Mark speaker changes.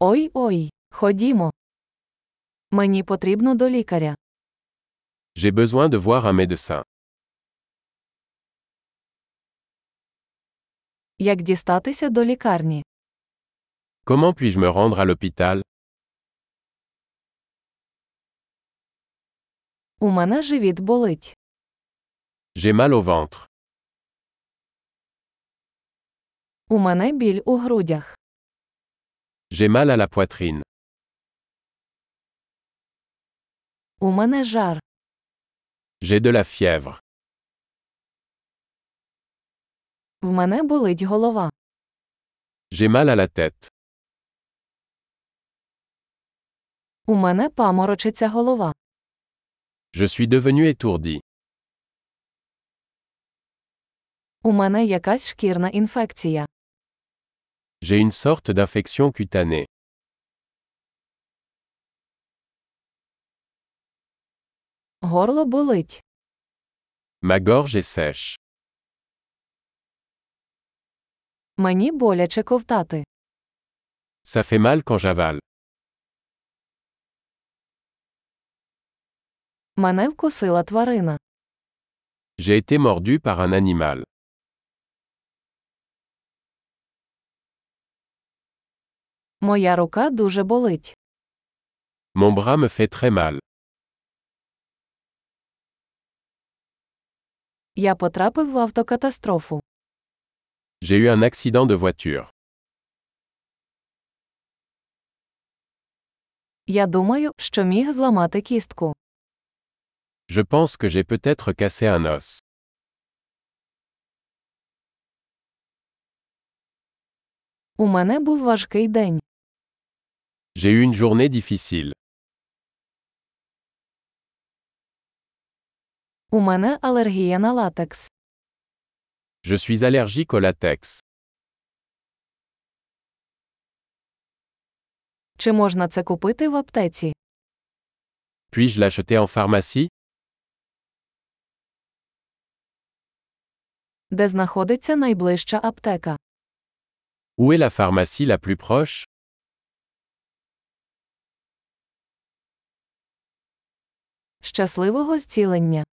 Speaker 1: Ой ой, ходімо. Мені потрібно до лікаря.
Speaker 2: J'ai besoin de voir un médecin.
Speaker 1: Як дістатися до лікарні?
Speaker 2: Comment puis-je me rendre à l'hôpital
Speaker 1: У мене живіт болить.
Speaker 2: J'ai mal au ventre.
Speaker 1: У мене біль у грудях.
Speaker 2: J'ai mal à la poitrine.
Speaker 1: У мене жар.
Speaker 2: J'ai de la fièvre.
Speaker 1: В мене болить голова.
Speaker 2: J'ai mal à la tête.
Speaker 1: У мене паморочиться голова.
Speaker 2: Je suis devenu étourdi.
Speaker 1: У мене якась шкірна інфекція.
Speaker 2: J'ai une sorte d'infection cutanée.
Speaker 1: Горло болить.
Speaker 2: Ma gorge est sèche.
Speaker 1: Мені боляче ковтати.
Speaker 2: Ça fait mal quand j'avale.
Speaker 1: Мене вкусила тварина.
Speaker 2: J'ai été mordu par un animal.
Speaker 1: Моя рука дуже болить.
Speaker 2: Mon bras me fait très mal.
Speaker 1: Я потрапив в автокатастрофу.
Speaker 2: J'ai eu un accident de voiture.
Speaker 1: Я думаю, що міг зламати кістку.
Speaker 2: Je pense que j'ai peut-être cassé un os.
Speaker 1: У мене був важкий день.
Speaker 2: J'ai eu une journée difficile.
Speaker 1: У мене алергія на латекс.
Speaker 2: Je suis allergique au latex.
Speaker 1: Чи можна це купити в аптеці?
Speaker 2: Puis-je l'acheter en pharmacie
Speaker 1: Де знаходиться найближча аптека?
Speaker 2: Où est la pharmacie la plus proche
Speaker 1: Щасливого зцілення!